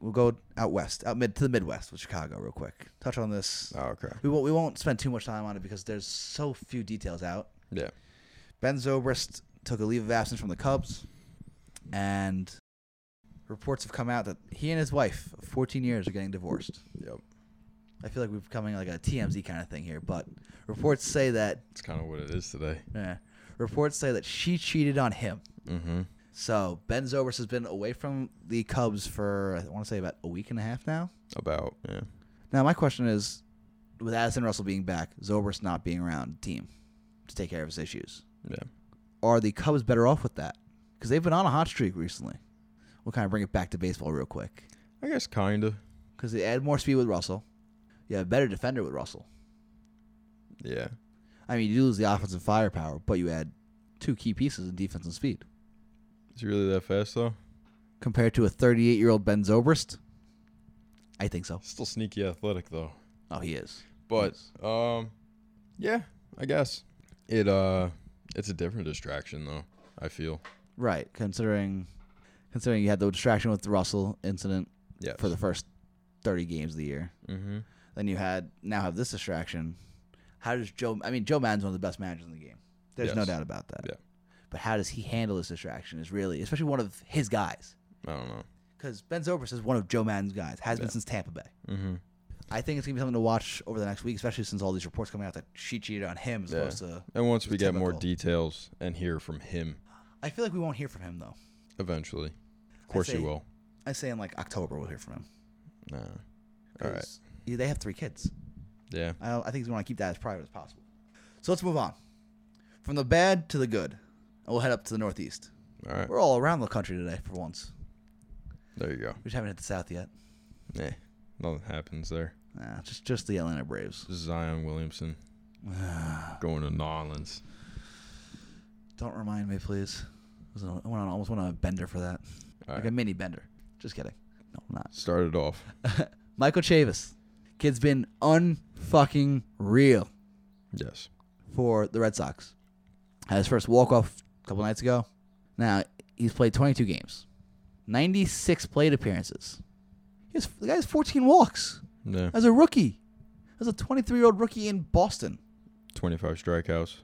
We'll go out west, out mid to the Midwest with Chicago real quick. Touch on this.
Oh, okay.
We won't we won't spend too much time on it because there's so few details out.
Yeah.
Ben Zobrist took a leave of absence from the Cubs, and reports have come out that he and his wife of 14 years are getting divorced.
Yep.
I feel like we're becoming like a TMZ kind of thing here, but reports say that
It's kind of what it is today.
eh, reports say that she cheated on him.
Mm-hmm.
So Ben Zobrist has been away from the Cubs for I want to say about a week and a half now.
About yeah.
Now my question is, with Addison Russell being back, Zobrist not being around, the team to take care of his issues.
Yeah.
Are the Cubs better off with that? Because they've been on a hot streak recently. We'll kind of bring it back to baseball real quick.
I guess kinda.
Because they add more speed with Russell. You have a better defender with Russell.
Yeah.
I mean, you do lose the offensive firepower, but you add two key pieces in defense and speed.
Is he really that fast though?
Compared to a 38 year old Ben Zobrist, I think so.
Still sneaky athletic though.
Oh, he is.
But um, yeah, I guess it uh, it's a different distraction though. I feel
Right, considering considering you had the distraction with the Russell incident
yeah.
for the first 30 games of the year.
mm-hmm.
Then you had now have this distraction. How does Joe? I mean, Joe Madden's one of the best managers in the game. There's no
Yes.
doubt about that.
Yeah.
But how does he handle this distraction? Is really, especially one of his guys,
I don't know.
because Ben Zobrist is one of Joe Madden's guys. Has been
Yeah.
since Tampa Bay.
Mm-hmm.
I think it's gonna be something to watch over the next week, especially since all these reports coming out that she cheated on him as
Yeah.
opposed to.
And once we
It's
get more
typical.
details and hear from him
I feel like we won't hear from him though.
eventually, of course
say-
you will.
I say in like October we'll hear from him.
Nah. All right.
'cause he- They have three kids.
Yeah.
I, don't- I think he's going to keep that as private as possible. So let's move on. From the bad to the good, and we'll head up to the Northeast.
All right.
We're all around the country today for once.
There you go.
We just haven't hit the South yet.
Yeah. Nothing happens there.
Nah, just just the Atlanta Braves.
Zion Williamson going to New Orleans.
Don't remind me, please. I, was on, I went on, almost went on a bender for that,
All
like
right.
a mini bender. Just kidding. No, I'm not.
Start it off.
Michael Chavis, kid's been unfucking real
Yes.
for the Red Sox. Had his first walk off a couple nights ago. Now he's played 22 games, 96 plate appearances. He has, the guy has 14 walks
Yeah.
as a rookie, as a 23 year old rookie in Boston.
25 strikeouts.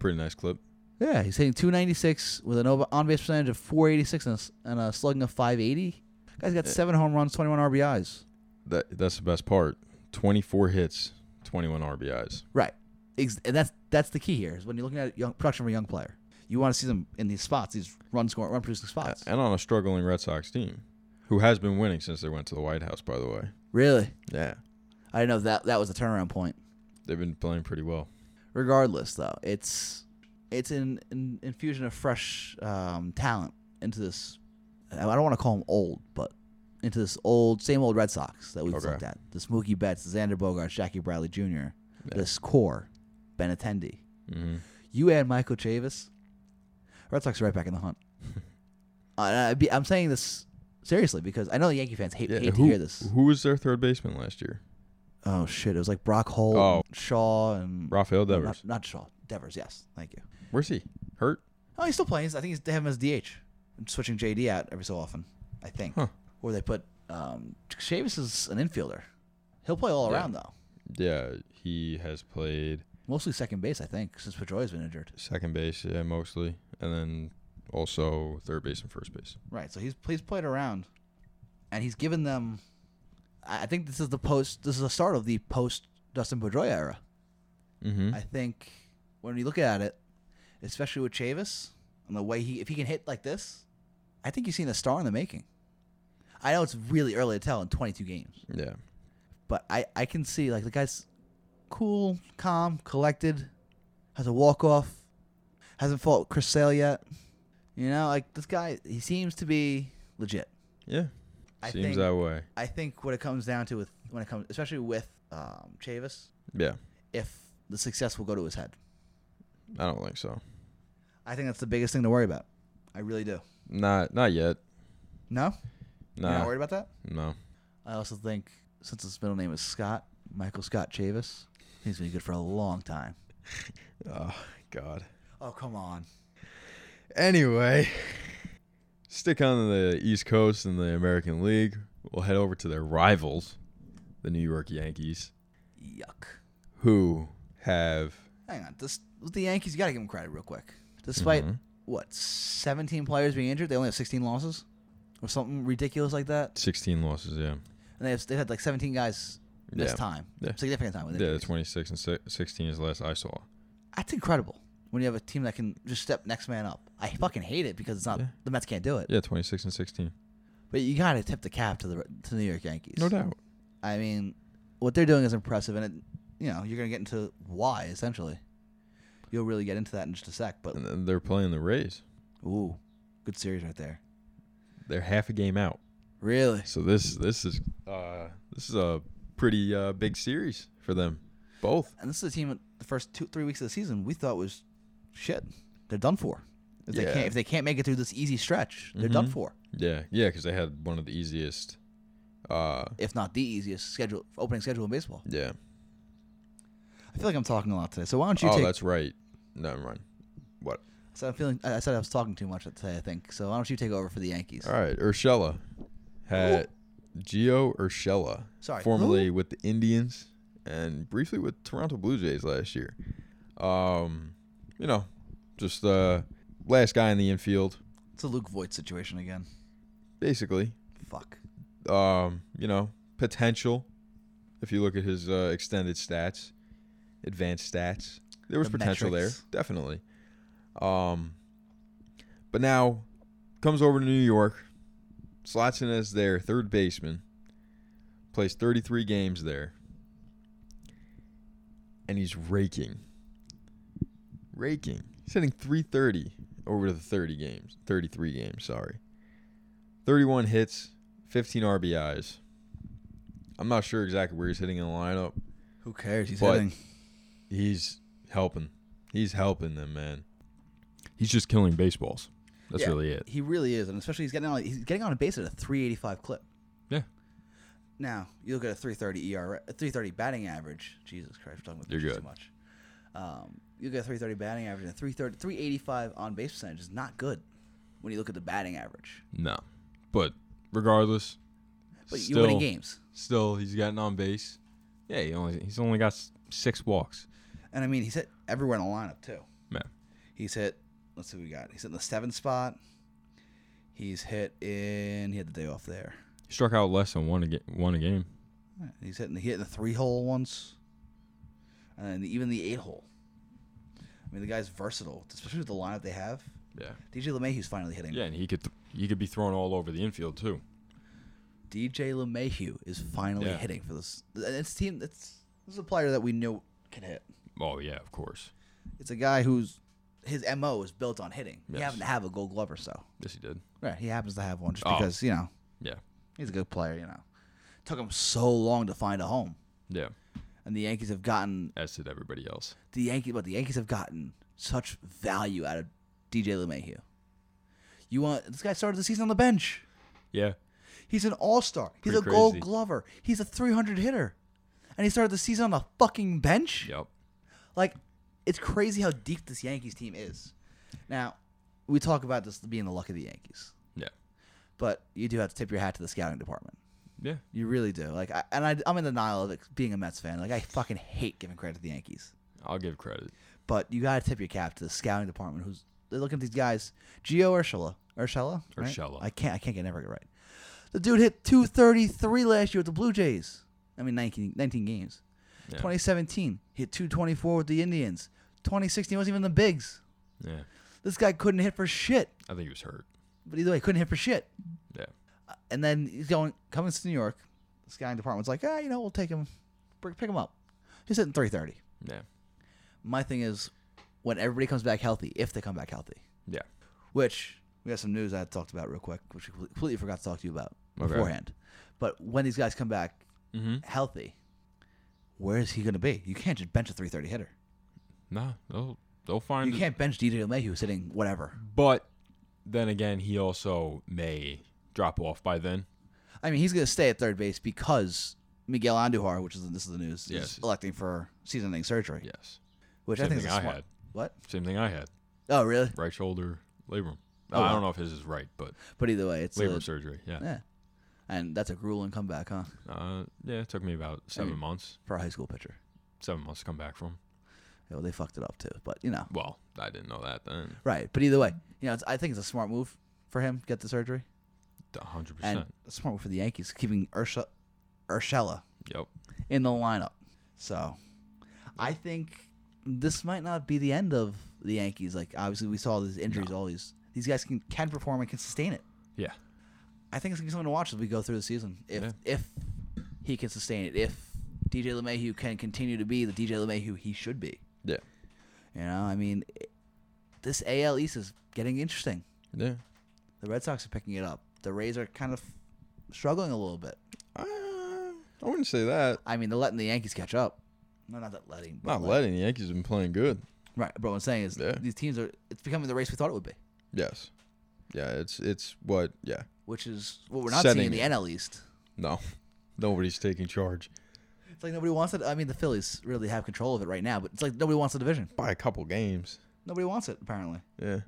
Pretty nice clip.
Yeah, he's hitting 296 with an on base percentage of 486 and a, s- and a slugging of 580. Guy's got
Yeah.
seven home runs, 21 RBIs.
That that's the best part. 24 hits, 21 RBIs.
Right, Ex- and that's that's the key here is when you're looking at young, production from a young player, you want to see them in these spots, these run scoring, run producing spots.
And on a struggling Red Sox team, who has been winning since they went to the White House, by the way.
Really,
Yeah.
I didn't know that that was the turnaround point.
They've been playing pretty well.
regardless though it's it's an, an infusion of fresh um, talent into this i don't want to call him old but into this old same old red sox that we've
Okay.
looked at this mookie betts xander bogarts jackie bradley jr
Yeah.
this core ben attendee
Mm-hmm.
you add michael chavis red sox are right back in the hunt uh, and I'd be, i'm saying this seriously because i know the yankee fans hate,
Yeah,
hate to
who-
hear this
Who was their third baseman last year?
oh shit it was like brock holt
Oh.
and shaw and
Rafael
no,
Devers.
Not, not shaw devers yes thank you
Where's he? Hurt?
Oh, he's still playing. He's- I think he's, they have him as DH. I'm switching JD out every so often, I think.
Huh.
Or they put um, Chavis is an infielder. He'll play all
Yeah.
around though,
Yeah, he has played
mostly second base, I think, since Pedroia's been injured.
second base, yeah, mostly, and then also third base and first base.
Right. So he's he's played around, and he's given them. I I think this is the post. This is the start of the post Dustin Pedroia era.
Mm-hmm.
I think when you look at it, especially with Chavis and the way he, if he can hit like this, I think you've seen a star in the making. I know it's really early to tell in 22 games.
yeah,
but I, I can see like the guy's cool, calm, collected, has a walk off, hasn't fought Chris Sale yet. You know, like this guy, he seems to be legit.
yeah.
I
Seems
think
that way.
I think what it comes down to with when it comes, especially with um, Chavis,
Yeah,
if the success will go to his head,
I don't think so.
I think that's the biggest thing to worry about. I really do.
Not not yet.
No, you're not
Nah,
worried about that.
no.
I also think since his middle name is Scott, Michael Scott Chavis, he's been good for a long time.
Oh God.
Oh come on.
Anyway, stick on the East Coast in the American League. We'll head over to their rivals, the New York Yankees,
Yuck.
who have
Hang on. This with the Yankees, you gotta give them credit real quick. Despite
Mhm.
what seventeen players being injured, they only have sixteen losses. or something ridiculous like that.
16 losses, yeah.
And they have, they've had like 17 guys this
yeah.
time,
Yeah.
significant time. With
Yeah,
injuries.
26 and si- 16 is the last I saw.
That's incredible when you have a team that can just step next man up. I fucking hate it because it's not
Yeah.
the Mets can't do it.
Yeah, 26 and 16.
But you gotta tip the cap to the to the New York Yankees.
No doubt.
I mean, what they're doing is impressive, and it, you know you're gonna get into why essentially. You'll really get into that in just a sec, but
And then they're playing the Rays.
ooh, good series right there.
They're half a game out.
Really,
So this this is uh, this is a pretty uh, big series for them. Both.
and this is a team. that The first two three weeks of the season, we thought was shit. They're done for. If they
Yeah.
can't if they can't make it through this easy stretch, they're done
Mhm.
for.
Yeah, yeah, because they had one of the easiest. Uh,
If not the easiest schedule opening schedule in baseball.
yeah.
I feel like I'm talking a lot today. So why don't you
Oh,
take?
that's right. Never mind. What?
So I'm feeling. I I said I was talking too much today. I think. So why don't you take over for the Yankees?
All right, Urshela had Gio Urshela,
Sorry,
formerly with the Indians and briefly with Toronto Blue Jays last year. Um, you know, just uh, last guy in the infield,
It's a Luke Voigt situation again.
basically.
Fuck.
Um, you know, potential. If you look at his uh, extended stats, advanced stats, there was
The
potential
metrics.
there, definitely. Um, but now comes over to New York, slots in as their third baseman, plays 33 games there, and he's raking, raking. He's hitting 330 over to the 30 games, 33 games. Sorry, 31 hits, 15 RBIs. I'm not sure exactly where he's hitting in the lineup.
Who cares? He's
But-
hitting.
He's helping. He's helping them, man. He's just killing baseballs. That's
Yeah.
really it.
He really is, and especially he's getting on. He's getting on a base at a 385 clip.
Yeah.
Now you look at a 330 ERA, a 330 batting average. Jesus Christ, we're talking about
You're
pitchers
good.
too much. Um, you look at a 330 batting average and a 330, 385 on base percentage is not good when you look at the batting average.
No. But regardless,
But
still,
you're winning games,
Still, he's gotten on base. Yeah, he only he's only got s- six walks.
and I mean he's hit everywhere in the lineup too.
Man,
He's hit. Let's see what we got. He's hit in the seventh spot. He's hit in. He had the day off there.
he struck out less than one a ga- one a game.
He's hitting the, he hit the three hole once, and then even the eight hole. I mean, the guy's versatile, especially with the lineup they have.
Yeah.
DJ LeMahieu's finally hitting.
Yeah, and he could th- he could be thrown all over the infield too.
DJ LeMahieu is finally
Yeah.
hitting for this. and It's team. It's this is a player that we knew can hit.
Oh yeah, of course.
It's a guy who's his mo is built on hitting. He
Yes.
happens to have a Gold Glove or so.
Yes, he did.
Right, he happens to have one just
Oh.
because you know
Yeah.
he's a good player. You know, took him so long to find a home,
Yeah.
and the Yankees have gotten
As did everybody else.
the Yankees, but the Yankees have gotten such value out of DJ LeMahieu. You want this guy started the season on the bench.
Yeah.
He's an all star. He's
Pretty
a Gold
crazy.
Glover. He's a 300 hitter, and he started the season on the fucking bench.
Yep.
Like, it's crazy how deep this Yankees team is. Now, we talk about this being the luck of the Yankees,
Yeah.
but you do have to tip your hat to the scouting department.
Yeah.
You really do. Like, I, and I, I'm in denial of it being a Mets fan. Like, I fucking hate giving credit to the Yankees.
I'll give credit.
but you gotta tip your cap to the scouting department who's they're looking at these guys. Gio Urshela. Urshela? Right?
Urshela.
I can't I can't get never get it right. The dude hit two thirty three last year with the Blue Jays. I mean 19, 19 games.
Yeah.
Twenty seventeen, hit two twenty four with the Indians. Twenty sixteen wasn't even the bigs.
Yeah.
This guy couldn't hit for shit.
I think he was hurt.
But either way, couldn't hit for shit.
Yeah.
Uh, And then he's going coming to New York. The scouting department's like, ah, you know, we'll take him, pick pick him up. He's hitting three thirty.
Yeah.
My thing is, when everybody comes back healthy, if they come back healthy,
Yeah.
which we got some news I had talked about real quick, which I completely forgot to talk to you about
Okay.
beforehand. But when these guys come back
Mm-hmm.
healthy, where is he going to be? You can't just bench a 330 hitter.
Nah, they'll they'll find
You can't bench DJ LeMay who's hitting whatever.
But then again, he also may drop off by then.
I mean, he's going to stay at third base because Miguel Andujar, which is this is the news,
Yes.
is electing for season-ending surgery,
Yes.
which I
Same
think
thing
is a
I
smart.
had.
What?
Same thing I had.
Oh, really?
Right shoulder labrum.
Oh,
I
wow.
don't know if his is right, but
But either way, it's
labrum
a,
surgery. Yeah.
yeah, and that's a grueling comeback, huh,
Uh, yeah. It took me about seven months.
for a high school pitcher.
Seven months to come back from.
Yeah, well, they fucked it up too, but you know,
Well, I didn't know that then.
Right, but either way, you know, it's, I think it's a smart move for him to get the surgery.
hundred
and
percent.
a smart move for the Yankees, keeping Ursha, Urshela
Yep.
in the lineup. So, I think this might not be the end of the Yankees. Like obviously, we saw these injuries. All these these guys can can perform and can sustain it.
Yeah.
I think it's gonna be something to watch as we go through the season. If
Yeah.
if he can sustain it, if DJ LeMahieu can continue to be the DJ LeMahieu he should be.
Yeah.
You know, I mean, it- this AL East is getting interesting.
Yeah.
The Red Sox are picking it up. The Rays are kind of struggling a little bit.
Uh, I wouldn't say that.
I mean, they're letting the Yankees catch up. No, not that letting. but
Not letting. The Yankees have been playing good.
Right, but what I'm saying is
Yeah.
these teams are. It's becoming the race we thought it would be,
Yes. Yeah. It's it's what. Yeah.
which is what we're not
Setting
seeing in the
it.
NL East.
No. Nobody's taking charge
It's like nobody wants it. I mean, the Phillies really have control of it right now, but it's like nobody wants the division.
by a couple games.
Nobody wants it apparently.
Yeah.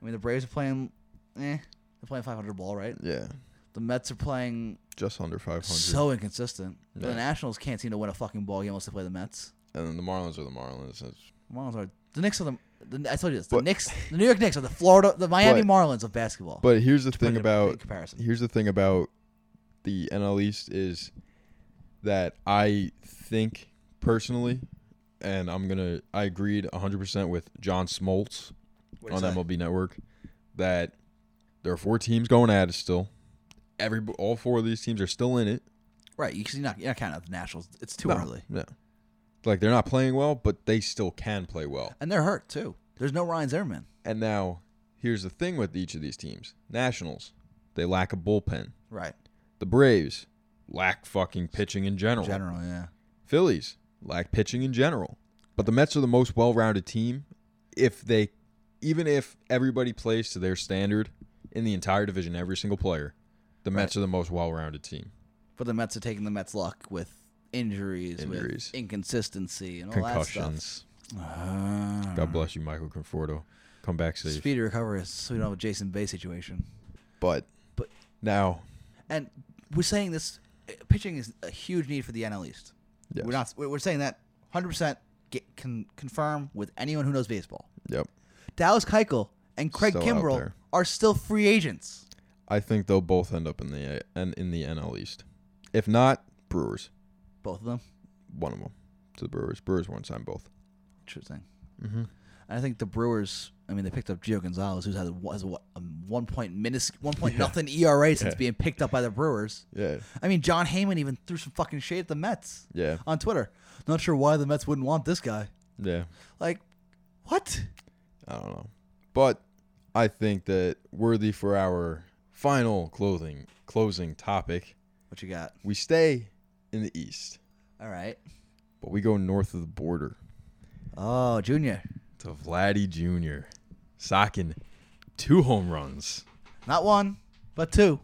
I mean, the Braves are playing. Eh, they're playing 500 ball, right?
Yeah.
The Mets are playing
Just under five hundred.
so inconsistent.
Yeah.
The Nationals can't seem to win a fucking ball game unless they play the Mets.
and then the Marlins are the Marlins. It's-
Marlins are the Knicks are the. the I told you this. The
But-
Knicks, the New York Knicks are the Florida, the Miami
But-
Marlins of basketball.
But here's the
Put it
thing
in
about
comparison.
here's the thing about the NL East is that I think personally, and I'm gonna I agreed 100 percent with John Smoltz
What'd
on
you say?
MLB Network that there are four teams going at it still. Every all four of these teams are still in it.
Right, you- 'cause you're not, you're not counting out the Nationals. It's too
No,
early,
no. Like they're not playing well, but they still can play well.
and they're hurt too. There's no Ryan Zimmerman.
And now here's the thing with each of these teams: Nationals, they lack a bullpen.
Right,
The Braves lack fucking pitching in general.
general, yeah.
Phillies lack pitching in general. But the Mets are the most well-rounded team if they even if everybody plays to their standard in the entire division every single player. The Mets are the most well-rounded team.
But the Mets are taking the Mets' luck with injuries,
Injuries.
with inconsistency, and all
Concussions.
that stuff. Ah.
God bless you, Michael Conforto. Come back safe.
Speedy recovery, so we don't have a Jason Bay situation.
but
But-
now
And we're saying this uh, pitching is a huge need for the NL East.
Yes.
We're not. We're we're saying that 100 percent can confirm with anyone who knows baseball.
Yep.
Dallas Keuchel and Craig
Still out
Kimbrell
there.
are still free agents.
I think they'll both end up in the in, in the NL East. If not, Brewers,
Both of them.
one of them. To the Brewers. Brewers won't sign both.
Interesting. Mm-hmm. I think the Brewers. I mean, they picked up Gio Gonzalez, who's had a, has a, what, a one point minus one point nothing ERA since
Yeah.
being picked up by the Brewers.
Yeah.
I mean, John Heyman even threw some fucking shade at the Mets
Yeah.
on Twitter. Not sure why the Mets wouldn't want this guy.
Yeah.
Like, what?
I don't know. But I think that worthy for our final clothing closing topic,
What you got?
we stay in the east,
All right.
but we go north of the border
Oh, Junior.
to Vladdy Jr. socking two home runs
Not one, but two.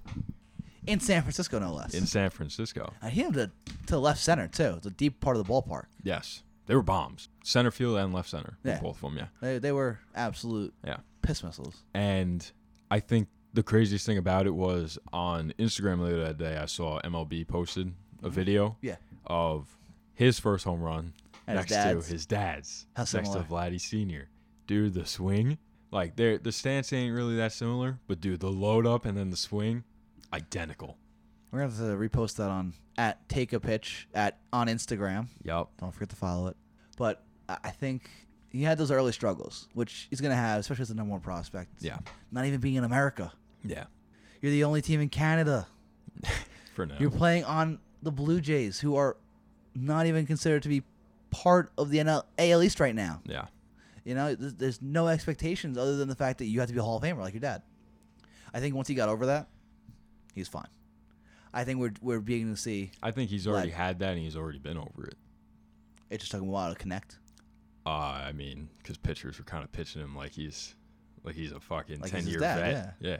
In San Francisco, no less.
in San Francisco.
I hit him to, to left center, too. It's a deep part of the ballpark.
Yes. They were bombs. Center field and left center.
Yeah.
Both of them, yeah.
They, they were absolute
Yeah.
piss missiles.
And I think the craziest thing about it was on Instagram later that day, I saw MLB posted a video
Yeah.
of his first home run
And his
next to
dad's.
his dad's,
How
next to
similar.
Vladdy Senior. Dude, the swing, like there, the stance ain't really that similar, but dude, the load up and then the swing, identical.
We're going to have to repost that on at Take a Pitch at on Instagram.
Yep.
Don't forget to follow it. But I I think he had those early struggles, which he's going to have, especially as a number one prospect.
Yeah.
Not even being in America.
Yeah.
You're the only team in Canada.
For now.
You're playing on the Blue Jays, who are not even considered to be part of the NL- AL East right now.
yeah.
You know, there's, there's no expectations other than the fact that you have to be a Hall of Famer like your dad. I think once he got over that, he's fine. I think we're we're beginning to see.
I think he's already
Like-
had that and he's already been over it.
It just took him a while to connect.
Uh, I mean, because pitchers were kind of pitching him like he's, like he's a fucking
Like he's
ten
his
year
dad,
vet. Yeah.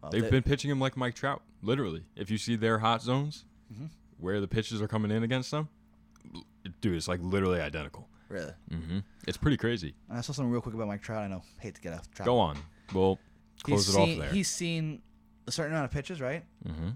Well,
They've
they-
been pitching him like Mike Trout, literally. If you see their hot zones,
Mm-hmm.
where the pitches are coming in against them, l- dude, it's like literally identical.
really.
Mm-hmm. It's pretty crazy.
And I saw something real quick about Mike Trout. I know, hate to get off Trout.
Go on. We'll close
he's
it
seen,
off there.
He's seen a certain amount of pitches, right?
Mm-hmm.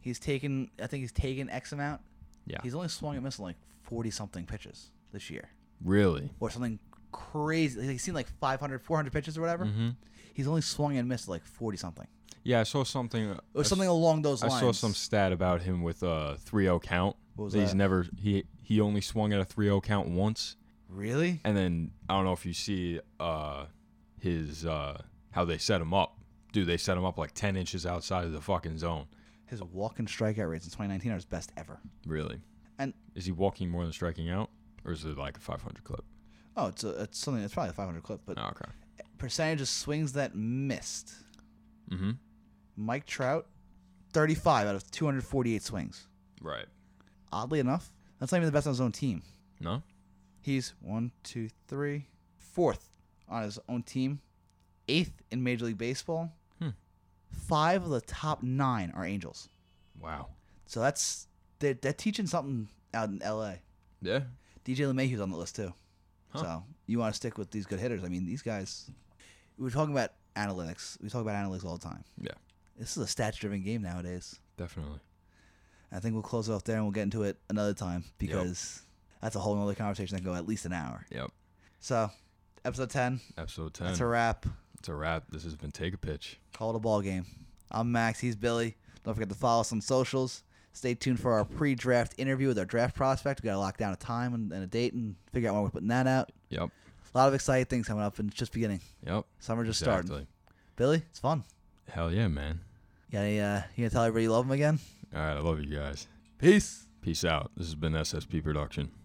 He's taken. I think he's taken X amount.
Yeah.
He's only swung and missed like forty something pitches this year.
Really?
or something crazy. Like, He's seen like 500, 400 pitches or whatever.
Mm-hmm.
He's only swung and missed like 40 something.
Yeah, I saw something. uh,
Or
I s-
something along those
I
lines.
saw some stat about him with a 3-0 count.
What was
He's
that?
never he he only swung at a 3-0 count once,
Really?
and then I don't know if you see uh his uh how they set him up. Dude, they set him up like 10 inches outside of the fucking zone.
His walk and strikeout rates in 2019 are his best ever.
Really?
And
Is he walking more than striking out, or is it like a 500 clip?
oh, it's a, it's something that's probably a 500 clip, but
Oh, okay.
percentage of swings that missed.
Mm-hmm.
Mike Trout, 35 out of 248 swings.
Right.
Oddly enough, that's not even the best on his own team.
No.
He's one, two, three, fourth on his own team, eighth in Major League Baseball.
Hmm.
Five of the top nine are Angels.
Wow.
So that's they're, they're teaching something out in L.A.
Yeah.
DJ LeMahieu's on the list too.
Huh.
So you want to stick with these good hitters. I mean, these guys. We're talking about analytics. We talk about analytics all the time.
Yeah.
This is a stats-driven game nowadays.
Definitely.
I think we'll close it off there and we'll get into it another time because that's a whole nother conversation that can go at least an hour.
Yep.
So, episode ten.
Episode 10.
That's a wrap.
it's a wrap. This has been Take a Pitch.
Call it a ball game. I'm Max. He's Billy. Don't forget to follow us on socials. Stay tuned for our pre-draft interview with our draft prospect. We got to lock down a time and, and a date and figure out when we're putting that out.
Yep.
A lot of exciting things coming up and it's just beginning.
Yep.
Summer just starting.
Exactly.
Billy, it's fun.
Hell yeah, man.
You, got any, uh, you gonna tell everybody you love them again?
All right. I love you guys.
Peace.
Peace out. This has been SSP Production.